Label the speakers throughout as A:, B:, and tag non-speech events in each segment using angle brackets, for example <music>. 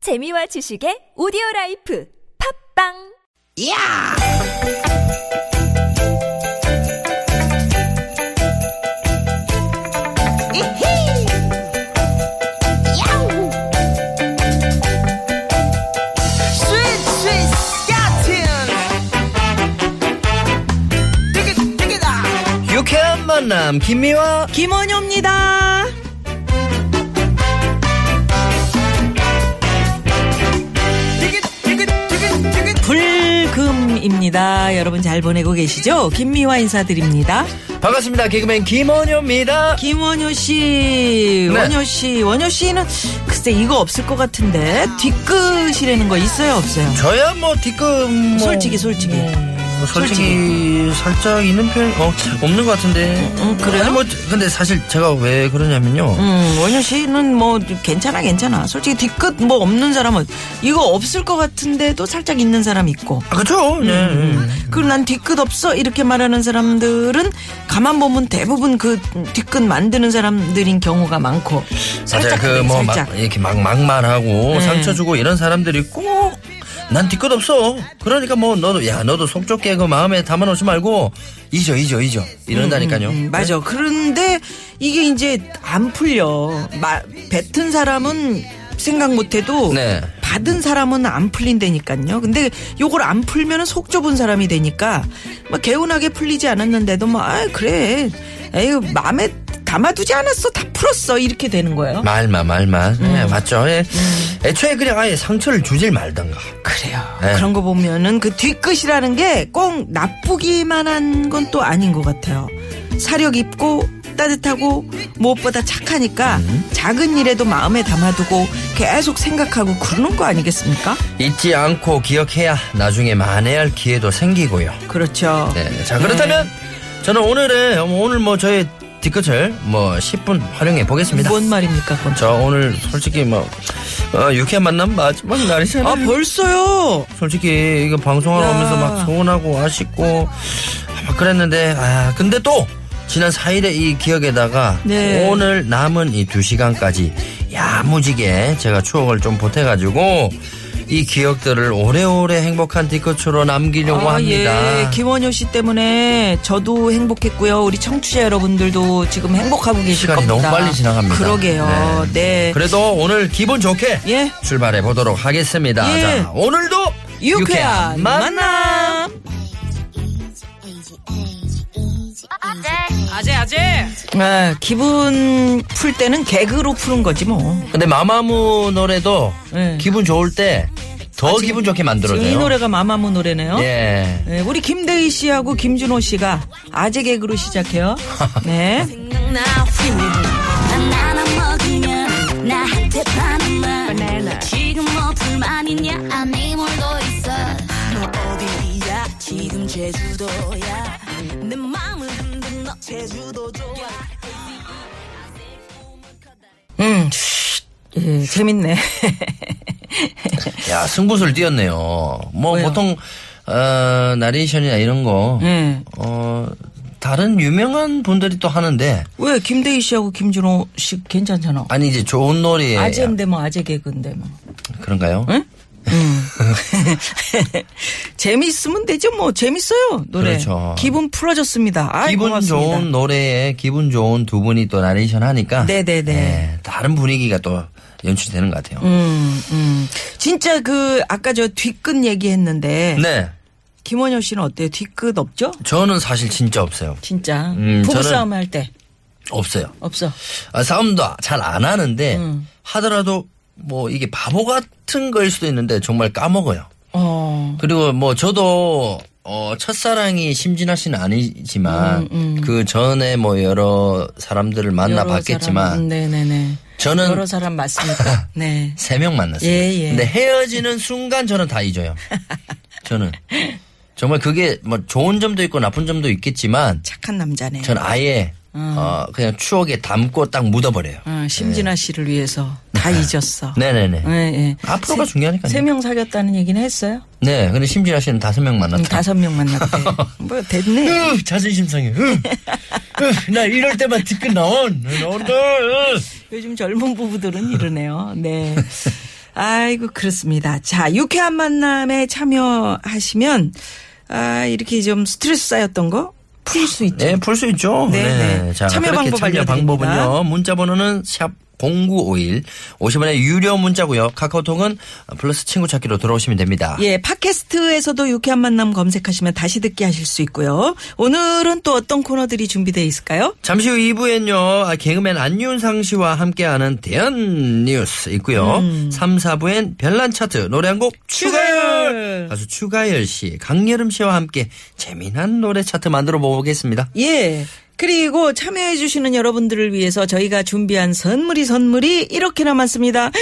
A: 재미와 지식의 오디오 라이프 팝빵!
B: 야! 이히! 야우! 스윗 스윗 스틴! 되게 되게다!
C: 유쾌한 만남 김미화
D: 김원효입니다.
B: 되게 되게 되게 되게
D: 불금입니다. 여러분 잘 보내고 계시죠? 김미화 인사드립니다.
C: 반갑습니다 개그맨 김원효입니다
D: 김원효 씨,
C: 네.
D: 원효 씨, 원효 씨는 글쎄 이거 없을 것 같은데 뒤끝이라는 거 있어요 없어요?
C: 저야 뭐 뒤끝 뭐
D: 솔직히 솔직히.
C: 뭐 솔직히, 살짝 있는 편 어, 없는 것 같은데
D: 음, 그래요?
C: 아니, 뭐 근데 사실 제가 왜 그러냐면요
D: 음, 원효 씨는 뭐 괜찮아 괜찮아. 솔직히 뒤끝 뭐 없는 사람은 이거 없을 것 같은데도 살짝 있는 사람 있고.
C: 아 그쵸 네.
D: 음, 그리고 난 뒤끝 없어 이렇게 말하는 사람들은 가만 보면 대부분 그 뒤끝 만드는 사람들인 경우가 많고 살짝
C: 맞아요
D: 그래,
C: 그뭐
D: 살짝 음.
C: 막 이렇게 막 막말하고 상처 주고 이런 사람들이 꼭 난 뒤끝 없어. 그러니까 뭐 너도 야 너도 속 좁게 그 마음에 담아놓지 말고 잊어 잊어 잊어 이런다니까요.
D: 음, 맞아. 그런데 이게 이제 안 풀려. 마, 뱉은 사람은 생각 못해도
C: 네.
D: 받은 사람은 안 풀린다니까요. 근데 요걸 안 풀면은 속 좁은 사람이 되니까 막 개운하게 풀리지 않았는데도 뭐 아 그래. 에휴 마음에 담아두지 않았어. 다 풀었어. 이렇게 되는 거예요.
C: 말만 말만 예, 맞죠 예. 애초에 그냥 아예 상처를 주질 말던가
D: 그래요.
C: 네.
D: 그런 거 보면은 그 뒤끝이라는 게 꼭 나쁘기만 한 건 또 아닌 것 같아요. 사려 깊고 따뜻하고 무엇보다 착하니까
C: 음.
D: 작은 일에도 마음에 담아두고 계속 생각하고 그러는 거 아니겠습니까?
C: 잊지 않고 기억해야 나중에 만회할 기회도 생기고요
D: 그렇죠.
C: 네. 자 그렇다면 저는 오늘의 어, 오늘 뭐 저의 뒤끝을 뭐 10분 활용해 보겠습니다
D: 뭔 말입니까, 그건?
C: 저 오늘 솔직히 뭐 어, 유쾌한 만남 마지막 날이잖아요
D: 아, 벌써요?
C: 솔직히 이거 방송하면서
D: 야.
C: 막 서운하고 아쉽고 막 그랬는데 아 근데 또 지난 4일의 이 기억에다가
D: 네.
C: 오늘 남은 이 2시간까지 야무지게 제가 추억을 좀 보태가지고 이 기억들을 오래오래 행복한 뒤끝으로 남기려고
D: 아,
C: 합니다.
D: 예. 김원효 씨 때문에 저도 행복했고요. 우리 청취자 여러분들도 지금 행복하고 계실
C: 시간이
D: 겁니다.
C: 너무 빨리 지나갑니다.
D: 그러게요. 네.
C: 그래도 오늘 기분 좋게
D: 예.
C: 출발해 보도록 하겠습니다.
D: 예.
C: 자, 오늘도
D: 유쾌한 만남. 아재 아재. 아 기분 풀 때는 개그로 푸는 거지 뭐.
C: 근데 마마무 노래도
D: 네.
C: 기분 좋을 때 더 기분 좋게 만들어줘요.
D: 지금 아, 이 노래가 마마무 노래네요.
C: 예.
D: 네, 우리 김대희 씨하고 김준호 씨가 아재
C: <laughs>
D: 개그로 시작해요. 네.
E: 바나나 먹으냐 나한테 바나나 지금 뭐 불만이냐 아니 몰고 있어 너 어디야 지금 제주도야 내 맘을 흔든 너 제주도 좋아
D: 음. 쉿. 예, 재밌네. <laughs>
C: 야, 승부수를 띄었네요. 뭐,
D: 왜요?
C: 보통, 어, 나레이션이나 이런 거,
D: 예.
C: 어, 다른 유명한 분들이 또 하는데,
D: 왜 김대희 씨하고 김준호 씨 괜찮잖아.
C: 아니, 이제 좋은 노래.
D: 아재인데 뭐 아재 개그인데 뭐.
C: 그런가요?
D: <laughs> 재미있으면 되죠. 뭐 재밌어요 노래.
C: 그렇죠.
D: 기분 풀어졌습니다. 아,
C: 기분
D: 고맙습니다.
C: 좋은 노래에 기분 좋은 두 분이 또 나레이션 하니까.
D: 네네네.
C: 예, 다른 분위기가 또 연출되는 것 같아요.
D: 음, 음. 진짜 그 아까 저 뒤끝 얘기했는데
C: 네.
D: 김원효 씨는 어때요? 뒤끝 없죠?
C: 저는 사실 진짜 없어요.
D: 진짜
C: 음,
D: 부부
C: 저는-
D: 싸움 할 때
C: 없어요.
D: 없어.
C: 아, 싸움도 잘 안 하는데,
D: 음.
C: 하더라도, 뭐, 이게 바보 같은 거일 수도 있는데, 정말 까먹어요.
D: 어.
C: 그리고 뭐 저도 어 첫사랑이 심진아 씨는 아니지만
D: 음,
C: 그 전에 뭐 여러 사람들을 만나
D: 여러 사람, 음,
C: 봤겠지만
D: 네네네. 여러
C: 저는 <laughs>
D: 사람 맞습니까? 네.
C: 세 명 만났어요.
D: 예, 예.
C: 근데 헤어지는 순간 저는 다 잊어요. 저는 정말 그게 뭐 좋은 점도 있고 나쁜 점도 있겠지만
D: 착한 남자네.
C: 전 아예 어 그냥 추억에 담고 딱 묻어버려요.
D: 어, 심진아 씨를 위해서 다 잊었어.
C: 네. 네네네.
D: 예, 예.
C: 앞으로가 중요하니까요.
D: 세 명 사귀었다는 얘기는 했어요?
C: 네, 근데 심진아 씨는 다섯 명
D: 음,
C: 만났다.
D: 다섯
C: <laughs>
D: 명 만났대. 뭐 됐네.
C: 으, 자존심 상해. 으, 으, 나 이럴 때만 뒤끝 나온. 나온다. 으.
D: 요즘 젊은 부부들은 이러네요. 네. 아이고 그렇습니다. 자 유쾌한 만남에 참여하시면 아 이렇게 좀 스트레스 쌓였던 거 풀 수 있죠.
C: 네, 풀 수 있죠.
D: 네, 네.
C: 자,
D: 참여
C: 그렇게
D: 방법
C: 참여
D: 알려드립니다.
C: 방법은요. 문자 번호는 샵 0951. 50원의 유료 문자고요. 카카오톡은 플러스 친구 찾기로 들어오시면 됩니다.
D: 예, 팟캐스트에서도 유쾌한 만남 검색하시면 다시 듣기 하실 수 있고요. 오늘은 또 어떤 코너들이 준비되어 있을까요?
C: 잠시 후 2부엔요, 아, 개그맨 안윤상 씨와 함께하는 대한 뉴스 있고요. 3, 4부엔 별난 차트, 노래 한 곡 추가열!
D: 음. 추가열!
C: 가수 추가열 씨, 강여름 씨와 함께 재미난 노래 차트 만들어 보겠습니다.
D: 예. 그리고 참여해 주시는 여러분들을 위해서 저희가 준비한 선물이 선물이 이렇게 남았습니다. <gasps>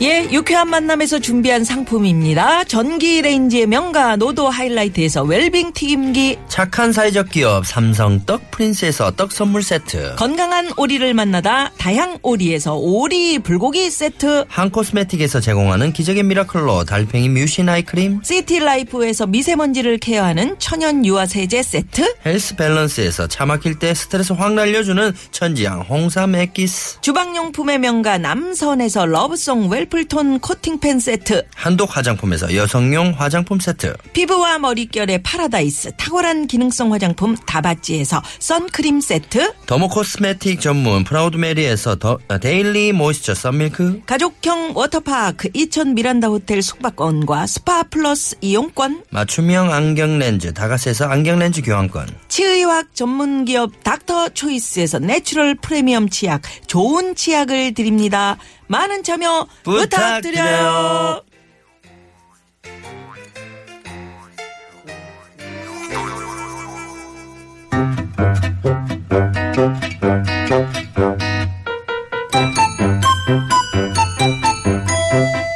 D: 예, 유쾌한 만남에서 준비한 상품입니다. 전기 레인지의 명가 노도 하이라이트에서 웰빙 튀김기
C: 착한 사회적 기업 삼성 떡 프린스에서 떡 선물 세트.
D: 건강한 오리를 만나다 다양 오리에서 오리 불고기 세트
C: 한 코스메틱에서 제공하는 기적의 미라클로 달팽이 뮤신 아이크림
D: 시티라이프에서 미세먼지를 케어하는 천연 유화 세제 세트
C: 헬스 밸런스에서 차 막힐 때 스트레스 확 날려주는 천지향 홍삼 액기스
D: 주방용품의 명가 남선에서 러브송 웰플톤 코팅팬 세트
C: 한독 화장품에서 여성용 화장품 세트
D: 피부와 머릿결의 파라다이스 탁월한 기능성 화장품 다바찌에서 선크림 세트
C: 더모 코스메틱 전문 프라우드 메리에서 더, 아, 데일리 모이스처 썬밀크
D: 가족형 워터파크 이천 미란다 호텔 숙박권과 스파 플러스 이용권
C: 맞춤형 안경 렌즈 다가스에서 안경 렌즈 교환권
D: 치의학 전문기업 닥터 초이스에서 내추럴 프리미엄 치약 좋은 치약을 드립니다 많은 참여 부탁드려요.
C: 부탁드려요.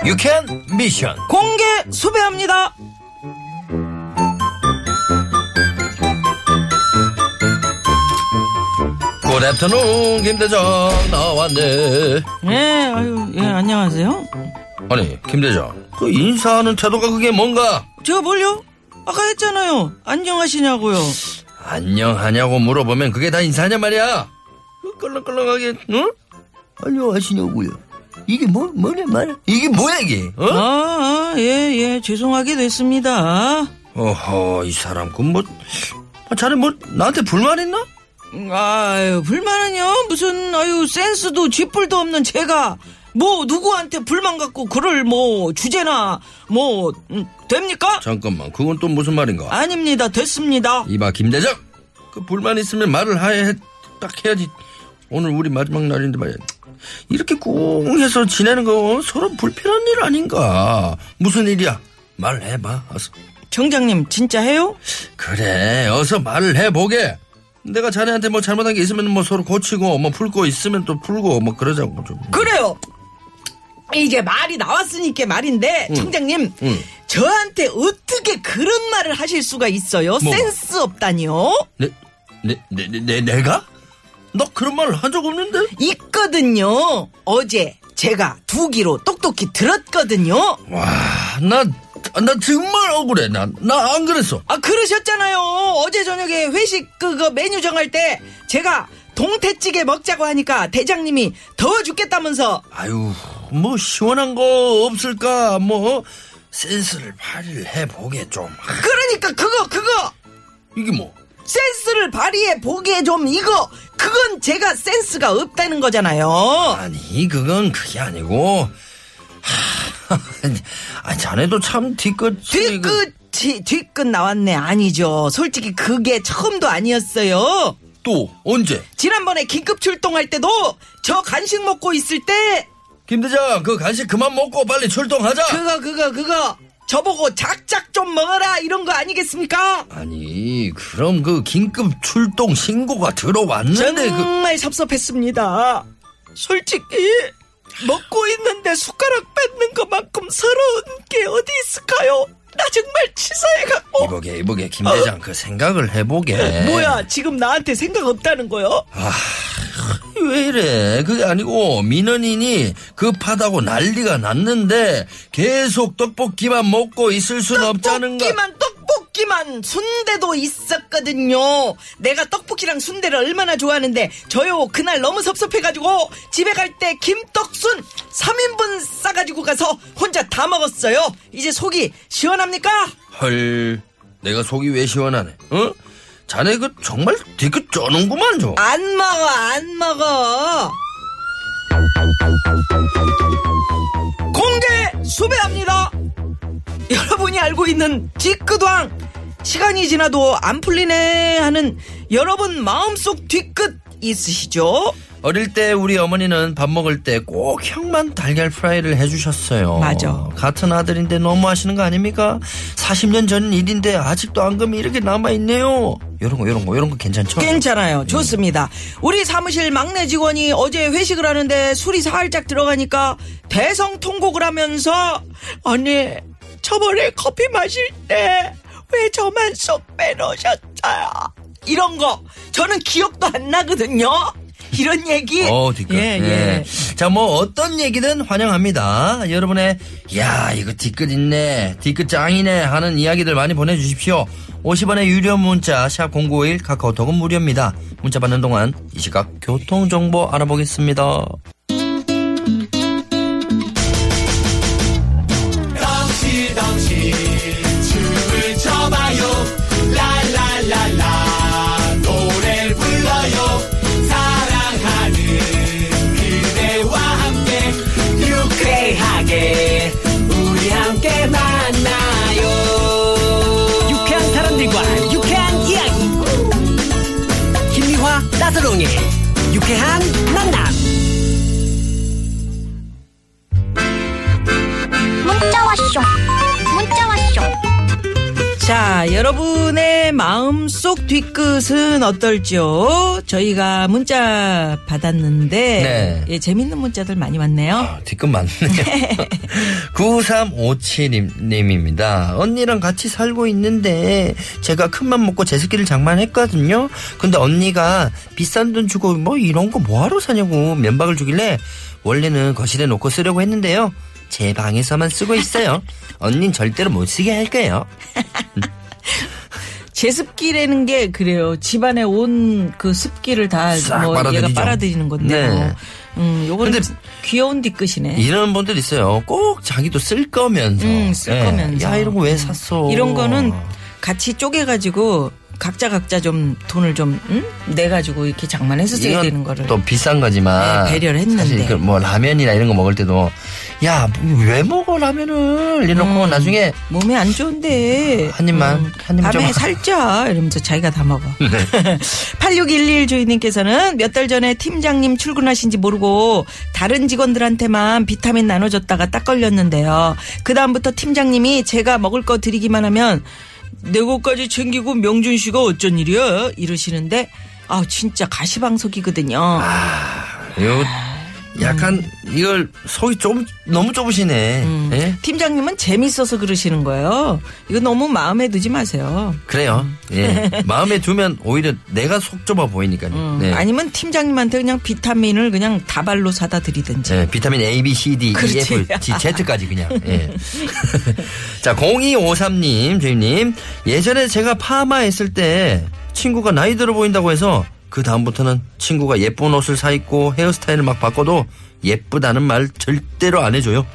C: 유캔 미션
D: 공개 수배합니다.
C: 굿애프터눈 김대장 나왔네
D: 예, 아유, 예, 안녕하세요.
C: 아니 김대장 그 인사하는 태도가 그게 뭔가
D: 제가 뭘요? 아까 했잖아요. 안녕하시냐고요.
C: 안녕하냐고 물어보면 그게 다 인사냐 말이야 그 껄렁껄렁하게 응? 안녕하시냐고요 이게 뭐 뭐냐 말 이게 뭐야 이게 어?
D: 아, 아, 예, 예, 죄송하게 됐습니다.
C: 어허 이 사람 그뭐 자네 뭐 나한테 불만했나?
D: 음, 아유, 불만은요? 무슨, 아유, 센스도 쥐뿔도 없는 제가, 뭐, 누구한테 불만 갖고 그럴, 뭐, 주제나, 뭐, 음, 됩니까?
C: 잠깐만 그건 또 무슨 말인가?
D: 아닙니다. 됐습니다.
C: 이봐 김대장 그 불만 있으면 말을 하야 해, 딱 해야지 오늘 우리 마지막 날인데 말이야 이렇게 꿍해서 지내는 거 어? 서로 불편한 일 아닌가 무슨 일이야 말을 해봐 어서
D: 정장님, 진짜 해요?
C: 그래 어서 말을 해보게 내가 자네한테 뭐 잘못한 게 있으면 뭐 서로 고치고 뭐 풀고 있으면 또 풀고 뭐 그러자고 좀
D: 그래요. 이제 말이 나왔으니까 말인데 청장님
C: 응.
D: 저한테 어떻게 그런 말을 하실 수가 있어요?
C: 뭐가?
D: 센스 없다니요?
C: 내, 내, 내, 내, 네, 내- 내가? 나 그런 말을 한 적 없는데
D: 있거든요. 어제 제가 두 귀로 똑똑히 들었거든요.
C: 와나나 정말 억울해 나 나 안 그랬어
D: 아 그러셨잖아요. 어제 저녁에 회식 그거 메뉴 정할 때 제가 동태찌개 먹자고 하니까 대장님이 더워 죽겠다면서
C: 아유, 뭐 시원한 거 없을까? 뭐 센스를 발휘해 보게 좀. 하,
D: 그러니까 그거 그거
C: 이게 뭐?
D: 센스를 발휘해 보기에 좀 이거 그건 제가 센스가 없다는 거잖아요.
C: 아니, 그건 그게 아니고. 하, <laughs> 아, 자네도 참 뒤끝이 그-
D: 뒤끝이 뒤끝 나왔네 아니죠. 솔직히 그게 처음도 아니었어요.
C: 또 언제?
D: 지난번에 긴급 출동할 때도 저 간식 먹고 있을 때
C: 김대장, 그 간식 그만 먹고 빨리 출동하자.
D: 그거 그거 그거 저보고 작작 좀 먹어라 이런 거
C: 음.
D: 아니겠습니까?
C: 아니, 그럼 그 긴급 출동 신고가 들어왔는데 그
D: 정말 섭섭했습니다. 솔직히 먹고 있는데 숟가락 뺏는 것만큼 서러운 게 어디 있을까요? 나 정말 치사해갖고
C: 이보게 이보게 김대장 그 생각을 해보게.
D: 뭐야 지금 나한테 생각 없다는 거요?
C: 왜 이래? 그게 아니고 민원인이 급하다고 난리가 났는데 계속 떡볶이만 먹고 있을 순 없자는 거.
D: 음, 떡볶이만 떡볶이 하지만 순대도 있었거든요. 내가 떡볶이랑 순대를 얼마나 좋아하는데 저요 그날 너무 섭섭해가지고 집에 갈 때 김떡순 3인분 싸가지고 가서 혼자 다 먹었어요. 이제 속이 시원합니까?
C: 헐, 내가 속이 왜 시원하네? 어? 자네 그 정말 되게 쩌는구만 좀.
D: 안 먹어 안 먹어. 공개 수배합니다. 여러분이 알고 있는 뒤끝왕 시간이 지나도 안 풀리네 하는 여러분 마음속 뒤끝 있으시죠?
C: 어릴 때 우리 어머니는 밥 먹을 때 꼭 형만 달걀 프라이를 해주셨어요.
D: 맞아.
C: 같은 아들인데 너무 하시는 거 아닙니까? 40년 전 일인데 아직도 앙금이 이렇게 남아있네요. 요런 거, 요런 거, 요런 예. 거 괜찮죠?
D: 괜찮아요. 좋습니다. 우리 사무실 막내 직원이 어제 회식을 하는데 술이 살짝 들어가니까 대성 통곡을 하면서 언니 저번에 커피 마실 때 왜 저만 쏙 빼놓으셨어요? 이런 거 저는 기억도 안 나거든요. 이런 얘기.
C: 어, 뒷끝.
D: 예, 예.
C: 예. 자, 뭐, 어떤 얘기든 환영합니다. 여러분의, 야, 이거 뒷끝 있네. 뒷끝 짱이네. 하는 이야기들 많이 보내주십시오. 50원의 유료 문자, 샵0951, 카카오톡은 무료입니다. 문자 받는 동안 이 시각 교통정보 알아보겠습니다.
F: 유쾌한 사람들과 유쾌한 이야기 김미화 따서롱의 유쾌한 만남
G: 문자 왔쇼 문자 왔쇼
D: 자, 여러분의 마음속 뒤끝은 어떨지요? 저희가 문자 받았는데
C: 네.
D: 예, 재밌는 문자들 많이 왔네요.
C: 아, 뒷끝
D: <laughs>
C: 맞네요. 9357님입니다. 언니랑 같이 살고 있는데 제가 큰맘 먹고 제 새끼를 장만했거든요. 근데 언니가 비싼 돈 주고 뭐 이런 거 뭐하러 사냐고 면박을 주길래 원래는 거실에 놓고 쓰려고 했는데요. 제 방에서만 쓰고
D: <laughs>
C: 있어요. 언닌 절대로 못 쓰게 할 거예요.
D: 제습기라는 게 그래요. 집안에 온 그 습기를 다
C: 싹
D: 뭐 얘가
C: 빨아들이죠.
D: 빨아들이는 건데.
C: 네.
D: 뭐. 음, 요거는
C: 근데
D: 진- 귀여운 뒤끝이네.
C: 이런 분들 있어요. 꼭 자기도 쓸 거면서.
D: 음, 쓸
C: 예.
D: 거면서.
C: 야, 이런 거 왜 샀어?
D: 이런 거는 같이 쪼개가지고 각자 각자 좀 돈을 좀 음? 내가지고 이렇게 장만해서 써야
C: 이건
D: 되는 거를.
C: 또 비싼 거지만
D: 네, 배려를 했는데.
C: 사실 그 뭐 라면이나 이런 거 먹을 때도 야 왜 먹어 라면을 이러고
D: 음.
C: 나중에
D: 몸에 안 좋은데.
C: 아,
D: 음,
C: 한 입만, 한 입만 좀.
D: 밤에
C: 네.
D: 살자. 이러면서 자기가 다 먹어. <laughs> 8611 주인님께서는 몇 달 전에 팀장님 출근하신지 모르고 다른 직원들한테만 비타민 나눠줬다가 딱 걸렸는데요. 그다음부터 팀장님이 제가 먹을 거 드리기만 하면 내 것까지 챙기고 명준 씨가 어쩐 일이야? 이러시는데 아, 진짜 가시방석이거든요.
C: 아. 요
D: 아.
C: 약간 이걸 속이 좁 너무 좁으시네
D: 음.
C: 예?
D: 팀장님은 재밌어서 그러시는 거예요. 이거 너무 마음에 두지 마세요.
C: 그래요 예. 마음에 두면 오히려 내가 속 좁아 보이니까요 네.
D: 음. 아니면 팀장님한테 그냥 비타민을 그냥 다발로 사다 드리든지.
C: 예, 비타민 A, B, C, D, E,
D: 그렇지.
C: F, G, Z까지 그냥. 예. <laughs> 자, 0253님, 주임님. 예전에 제가 파마했을 때 친구가 나이 들어 보인다고 해서 그 다음부터는 친구가 예쁜 옷을 사 입고 헤어스타일을 막 바꿔도 예쁘다는 말 절대로 안 해줘요.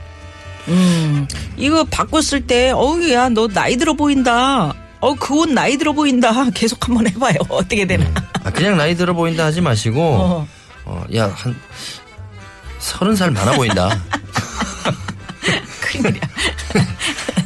D: 이거 바꿨을 때 어우 야 너 나이 들어 보인다. 어 그 옷 나이 들어 보인다. <laughs> 계속 한번 해봐요. 어떻게 되나.
C: 아, 그냥 나이 들어 보인다 하지 마시고,
D: 어.
C: 어, 야, 한 서른 살 많아 보인다.
D: <laughs> 큰일이야.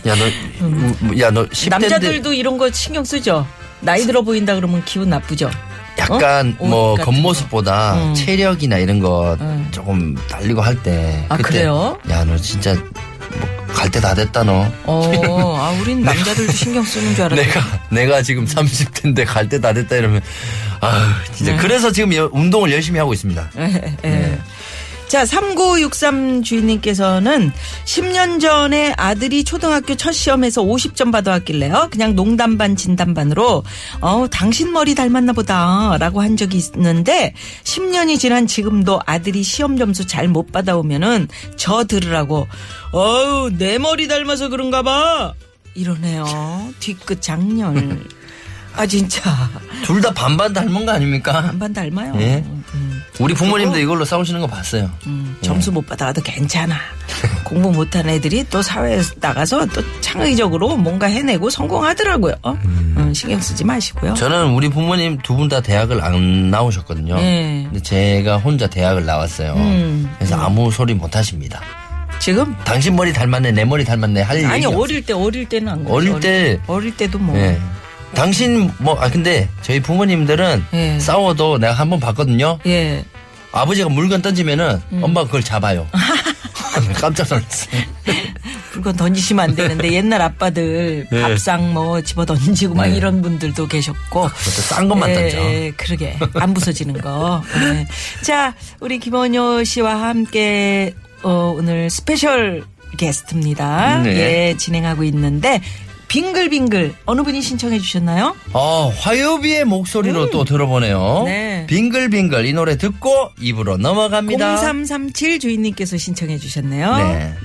C: 야, 너, 우- 야, 너 10대인데.
D: 남자들도 이런 거 신경 쓰죠. 나이 들어 보인다 그러면 기분 나쁘죠.
C: 약간
D: 어? 옷
C: 뭐
D: 같은
C: 겉모습보다
D: 거. 음.
C: 체력이나 이런 거 조금 달리고 할 때
D: 아, 그래요?
C: 야 너 진짜 뭐 갈 때 다 됐다 너 <laughs>
D: 어, 아 우린 남자들도 신경 쓰는 줄 알았는데.
C: 내가 내가 지금 30대인데 갈 때 다 됐다 이러면 아 진짜
D: 네.
C: 그래서 지금 여- 운동을 열심히 하고 있습니다
D: 예. 자, 3963 주인님께서는 10년 전에 아들이 초등학교 첫 시험에서 50점 받아왔길래요. 그냥 농담반 진담반으로 어, 당신 머리 닮았나 보다라고 한 적이 있는데 10년이 지난 지금도 아들이 시험 점수 잘 못 받아오면은 저 들으라고 어우, 내 머리 닮아서 그런가 봐. 이러네요. 뒤끝 장렬. 아 진짜
C: 둘 다 반반 닮은 거 아닙니까?
D: 반반 닮아요.
C: 예.
D: 음,
C: 우리 부모님도 이걸로 싸우시는 거 봤어요.
D: 음,
C: 예.
D: 점수 못 받아도 괜찮아. 공부 못한 애들이 또 사회에 나가서 또 창의적으로 뭔가 해내고 성공하더라고요. 음, 신경 쓰지 마시고요.
C: 저는 우리 부모님 두 분 다 대학을 안 나오셨거든요.
D: 예.
C: 근데 제가 혼자 대학을 나왔어요.
D: 음.
C: 그래서 아무 소리 못 하십니다.
D: 지금
C: 당신 머리 닮았네, 내 머리 닮았네 할 얘기.
D: 아니
C: 없어요.
D: 어릴 때 어릴 때는 안 그래요.
C: 어릴 때-
D: 어릴 때도 뭐
C: 예. 당신 뭐 아 근데 저희 부모님들은
D: 예.
C: 싸워도 내가 한 번 봤거든요.
D: 예. 음.
C: 아버지가 물건 던지면은 엄마가 그걸
D: <laughs>
C: 잡아요. <laughs> 깜짝 놀랐어요.
D: 물건 던지시면 안 되는데 옛날 아빠들
C: <laughs> 네.
D: 밥상 뭐 집어 던지고 막
C: 네. 아, 그렇죠.
D: 이런 분들도 계셨고
C: 그것도 싼
D: 예,
C: 것만 던져.
D: 그러게 안 부서지는 거. 예. 자 우리 김원효 씨와 함께 어, 오늘 스페셜 게스트입니다.
C: 네.
D: 예 진행하고 있는데 빙글빙글 어느 분이 신청해 주셨나요?
C: 어, 화요비의 목소리로 또 들어보네요.
D: 음. 네.
C: 빙글빙글 이 노래 듣고 입으로 넘어갑니다.
D: 0337 주인님께서 신청해 주셨네요.
C: 네.